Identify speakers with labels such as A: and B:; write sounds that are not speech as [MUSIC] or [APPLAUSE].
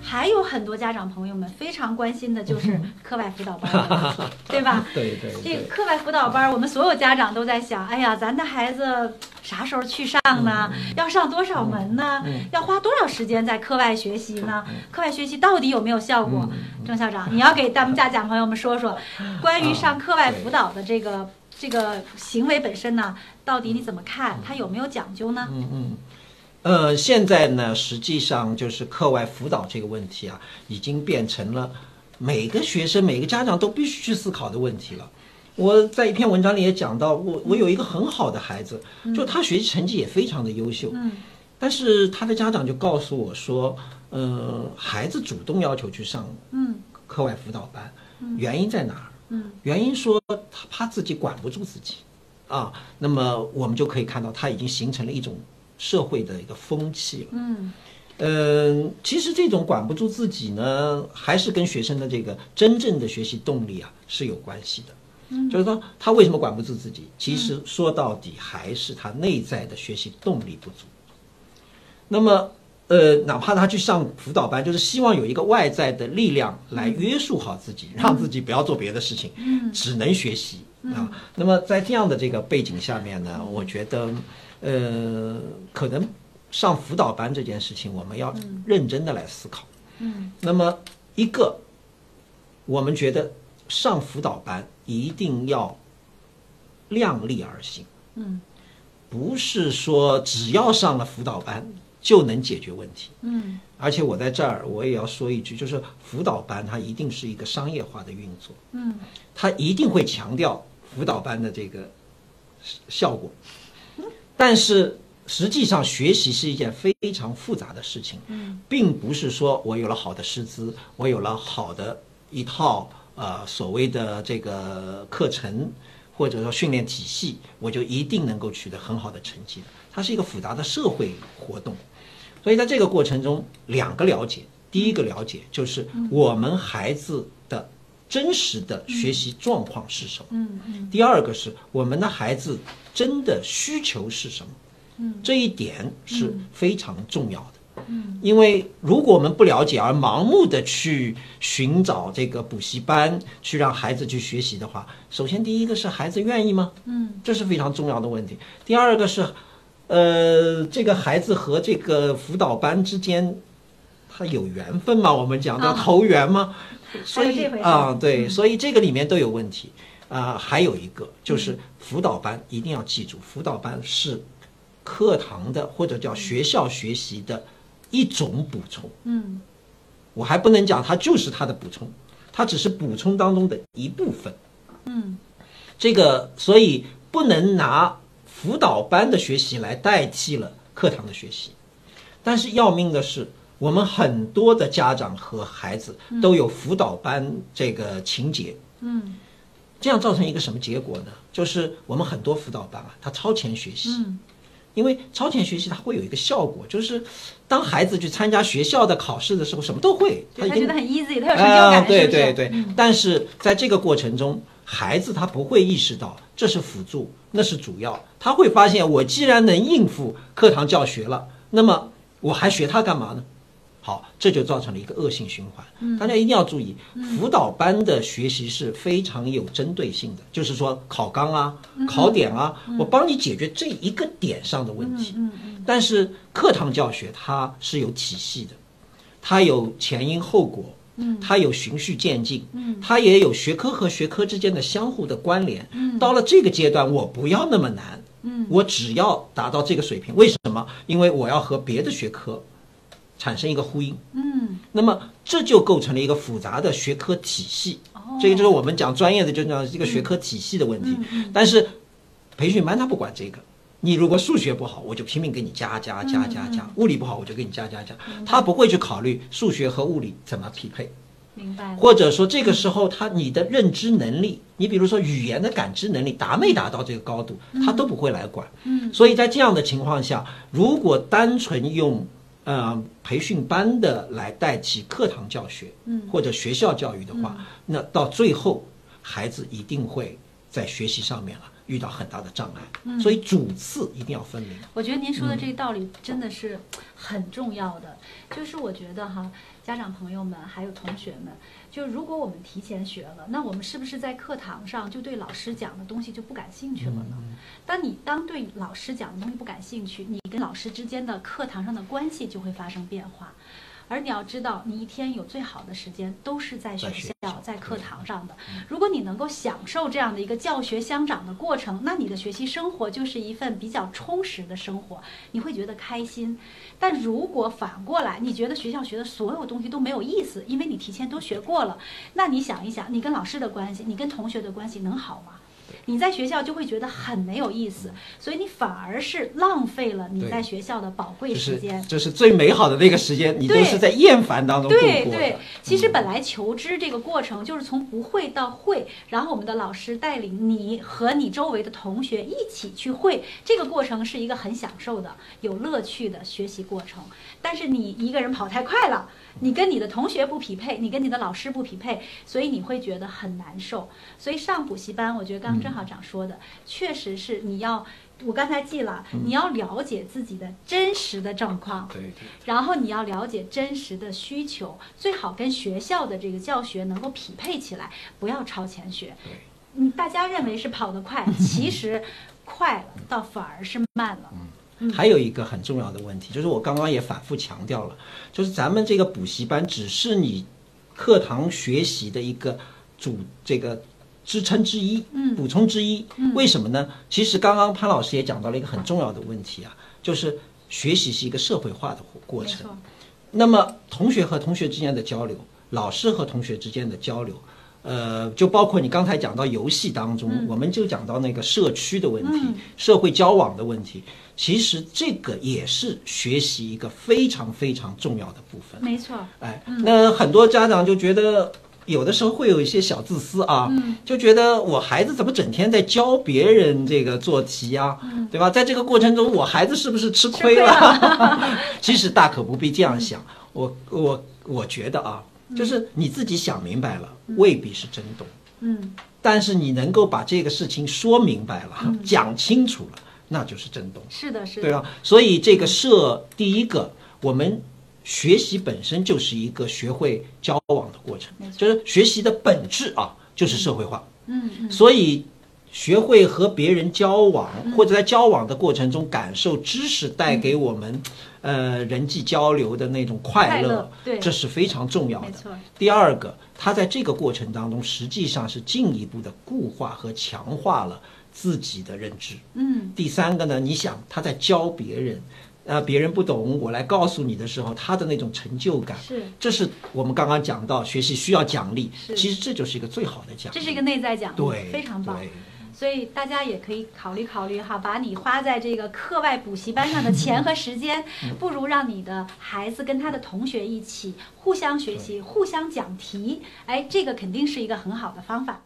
A: 还有很多家长朋友们非常关心的就是课外辅导班的问题，
B: [LAUGHS]
A: 对吧？
B: 对嗯对
A: 这个
B: 对，
A: 课外辅导班，我们所有家长都在想，哎呀，咱的孩子啥时候去上呢？要上多少门呢？
B: 嗯
A: 要花多少时间在课外学习呢
B: 嗯？
A: 课外学习到底有没有效果？
B: 嗯，
A: 郑校长，你要给咱们家长朋友们说说，关于上课外辅导的这
B: 啊
A: 个这个行为本身呢，到底你怎么看？它有没有讲究呢？
B: 嗯嗯，呃，现在呢，实际上就是课外辅导这个问题啊，已经变成了每个学生、每个家长都必须去思考的问题了。我在一篇文章里也讲到，我
A: 嗯
B: 我有一个很好的孩子，就他学习成绩也非常的优秀，
A: 嗯
B: 但是他的家长就告诉我说，呃，孩子主动要求去上
A: 嗯
B: 课外辅导班，原因在哪儿？
A: 嗯
B: 原因说他怕自己管不住自己，啊，那么我们就可以看到他已经形成了一种社会的一个风气了。啊
A: 嗯
B: 嗯，其实这种管不住自己呢，还是跟学生的这个真正的学习动力啊是有关系的。就是说他为什么管不住自己？其实说到底还是他内在的学习动力不足。那么，呃，哪怕他去上辅导班，就是希望有一个外在的力量来约束好自己，让自己不要做别的事情，只能学习啊。那么在这样的这个背景下面呢，我觉得，呃，可能上辅导班这件事情，我们要认真的来思考。
A: 嗯
B: 那么一个，我们觉得上辅导班一定要量力而行，
A: 嗯
B: 不是说只要上了辅导班就能解决问题。
A: 嗯
B: 而且我在这儿我也要说一句，就是辅导班它一定是一个商业化的运作，
A: 嗯，
B: 它一定会强调辅导班的这个效果，但是实际上学习是一件非常复杂的事情。
A: 嗯
B: 并不是说我有了好的师资，我有了好的一套呃所谓的这个课程或者说训练体系，我就一定能够取得很好的成绩的。它是一个复杂的社会活动，所以在这个过程中，两个了解，第一个了解就是我们孩子的真实的学习状况是什么。
A: 嗯嗯
B: 第二个是我们的孩子真的需求是什么，
A: 嗯，
B: 这一点是非常重要的，
A: 嗯，
B: 因为如果我们不了解而盲目的去寻找这个补习班去让孩子去学习的话，首先第一个是孩子愿意吗？
A: 嗯，
B: 这是非常重要的问题。第二个是，呃，这个孩子和这个辅导班之间。他有缘分吗？我们讲的
A: 啊
B: 投缘吗？所
A: 有
B: 以
A: 这回事嗯
B: 啊，对，所以这个里面都有问题。啊、还有一个
A: 嗯
B: 就是辅导班，一定要记住，辅导班是课堂的或者叫学校学习的一种补充。
A: 嗯
B: 我还不能讲它就是它的补充，它只是补充当中的一部分。
A: 嗯
B: 这个所以不能拿辅导班的学习来代替了课堂的学习。但是要命的是，我们很多的家长和孩子都有辅导班这个情节，
A: 嗯
B: 这样造成一个什么结果呢？就是我们很多辅导班啊，他超前学习，
A: 嗯
B: 因为超前学习它会有一个效果，就是当孩子去参加学校的考试的时候，什么都会，
A: 对他
B: 已
A: 觉
B: 经
A: 得很 easy，他有成就
B: 啊，
A: 感，
B: 对
A: 是不嗯是
B: 对对，但是在这个过程中，孩子他不会意识到这是辅助，那是主要，他会发现我既然能应付课堂教学了，那么我还学它干嘛呢？好，这就造成了一个恶性循
A: 嗯
B: 环。大家一定要注意，辅导班的学习是非常有针对性的，就是说考纲啊、
A: 嗯
B: 考点啊，我帮你解决这一个点上的问题。
A: 嗯嗯
B: 但是课堂教学它是有体系的，它有前因后果，
A: 嗯，
B: 它有循序渐进，
A: 嗯，
B: 它也有学科和学科之间的相互的关联。嗯，到了这个阶段，我不要那么难，嗯，我只要达到这个水平，为什么？因为我要和别的学科产生一个呼应。
A: 嗯
B: 那么这就构成了一个复杂的学科体系。
A: 哦
B: 这个就是我们讲专业的，就讲一个学科体系的问题。但是培训班他不管这个。你如果数学不好，我就拼命给你加加加加加；物理不好，我就给你加加加。他不会去考虑数学和物理怎么匹配，
A: 明白了，
B: 或者说这个时候他你的认知能力，你比如说语言的感知能力达没达到这个高度，他都不会来管。
A: 嗯
B: 所以在这样的情况下，如果单纯用呃培训班的来代替课堂教学，
A: 嗯
B: 或者学校教育的话，那到最后孩子一定会在学习上面啊遇到很大的障
A: 嗯
B: 碍。所以主次一定要分明。啊
A: 我觉得您说的这个道理真的是很重要的，就是我觉得哈，家长朋友们还有同学们，就如果我们提前学了，那我们是不是在课堂上就对老师讲的东西就不感兴趣了呢？
B: 嗯
A: 当你当对老师讲的东西不感兴趣，你跟老师之间的课堂上的关系就会发生变化。而你要知道，你一天有最好的时间都是在学
B: 在学
A: 校
B: 校、
A: 在课堂上的
B: 嗯。
A: 如果你能够享受这样的一个教学相长的过程，那你的学习生活就是一份比较充实的生活，你会觉得开心。但如果反过来，你觉得学校学的所有东西都没有意思，因为你提前都学过了，那你想一想，你跟老师的关系，你跟同学的关系能好吗？你在学校就会觉得很没有意思，所以你反而是浪费了你
B: 对
A: 在学校的宝贵
B: 这
A: 时
B: 是
A: 间。
B: 这是最美好的那个时间，你都
A: 对
B: 是在厌烦当中度
A: 对
B: 过
A: 对
B: 的。，嗯
A: 其实本来求知这个过程就是从不会到会，然后我们的老师带领你和你周围的同学一起去会，这个过程是一个很享受的、有乐趣的学习过程。但是你一个人跑太快了，你跟你的同学不匹配，你跟你的老师不匹配，所以你会觉得很难受。所以上补习班，我觉得刚刚郑校长说的，确实是你要。我刚才记了，你要了解自己的真实的状况，
B: 对对。
A: 然后你要了解真实的需求，最好跟学校的这个教学能够匹配起来，不要超前学。
B: 对
A: 嗯，大家认为是跑得快，
B: 嗯
A: 其实快了倒反而是慢了。嗯
B: 还有一个很重要的问题，就是我刚刚也反复强调了，就是咱们这个补习班只是你课堂学习的一个主这个支撑之一，
A: 嗯
B: 补充之一。
A: 嗯
B: 为什么呢？其实刚刚潘老师也讲到了一个很重要的问题啊，就是学习是一个社会化的过
A: 没
B: 程。
A: 错，
B: 那么同学和同学之间的交流，老师和同学之间的交流，呃，就包括你刚才讲到游戏当中，
A: 嗯
B: 我们就讲到那个社区的问题、
A: 嗯
B: 社会交往的问题，其实这个也是学习一个非常非常重要的部分。
A: 没错，
B: 哎，那很多家长就觉得，有的时候会有一些小自私啊，
A: 嗯
B: 就觉得我孩子怎么整天在教别人这个做题呀、
A: 嗯
B: 对吧？在这个过程中，我孩子是不是吃亏了？ [LAUGHS] 其实大可不必这样想。我我我觉得啊，就是你自己想明白了，未必是真懂。
A: 嗯，
B: 但是你能够把这个事情说明白了、
A: 嗯
B: 讲清楚了，那就是真懂。
A: 是的，是
B: 对
A: 的，
B: 啊，所以这个社第一个，我们学习本身就是一个学会交往的过程
A: 没，错
B: 就是学习的本质啊，就是社会化。
A: 嗯嗯，
B: 所以，学会和别人交往
A: 嗯，
B: 或者在交往的过程中感受知识带给我们，呃，人际交流的那种快
A: 快
B: 乐
A: 乐，对
B: 这是非常重要
A: 没
B: 的。
A: 错，
B: 第二个，他在这个过程当中，实际上是进一步的固化和强化了自己的认知。
A: 嗯
B: 第三个呢，你想他在教别人，呃，别人不懂，我来告诉你的时候，他的那种成就感，
A: 是。
B: 这是我们刚刚讲到学习需要奖励
A: 是，
B: 其实这就是一个最好的奖励。
A: 这是一个内在奖励，
B: 对，
A: 非常棒。
B: 对
A: 所以大家也可以考虑考虑哈，把你花在这个课外补习班上的钱和时间，不如让你的孩子跟他的同学一起互相学习、互相讲题，哎，这个肯定是一个很好的方法。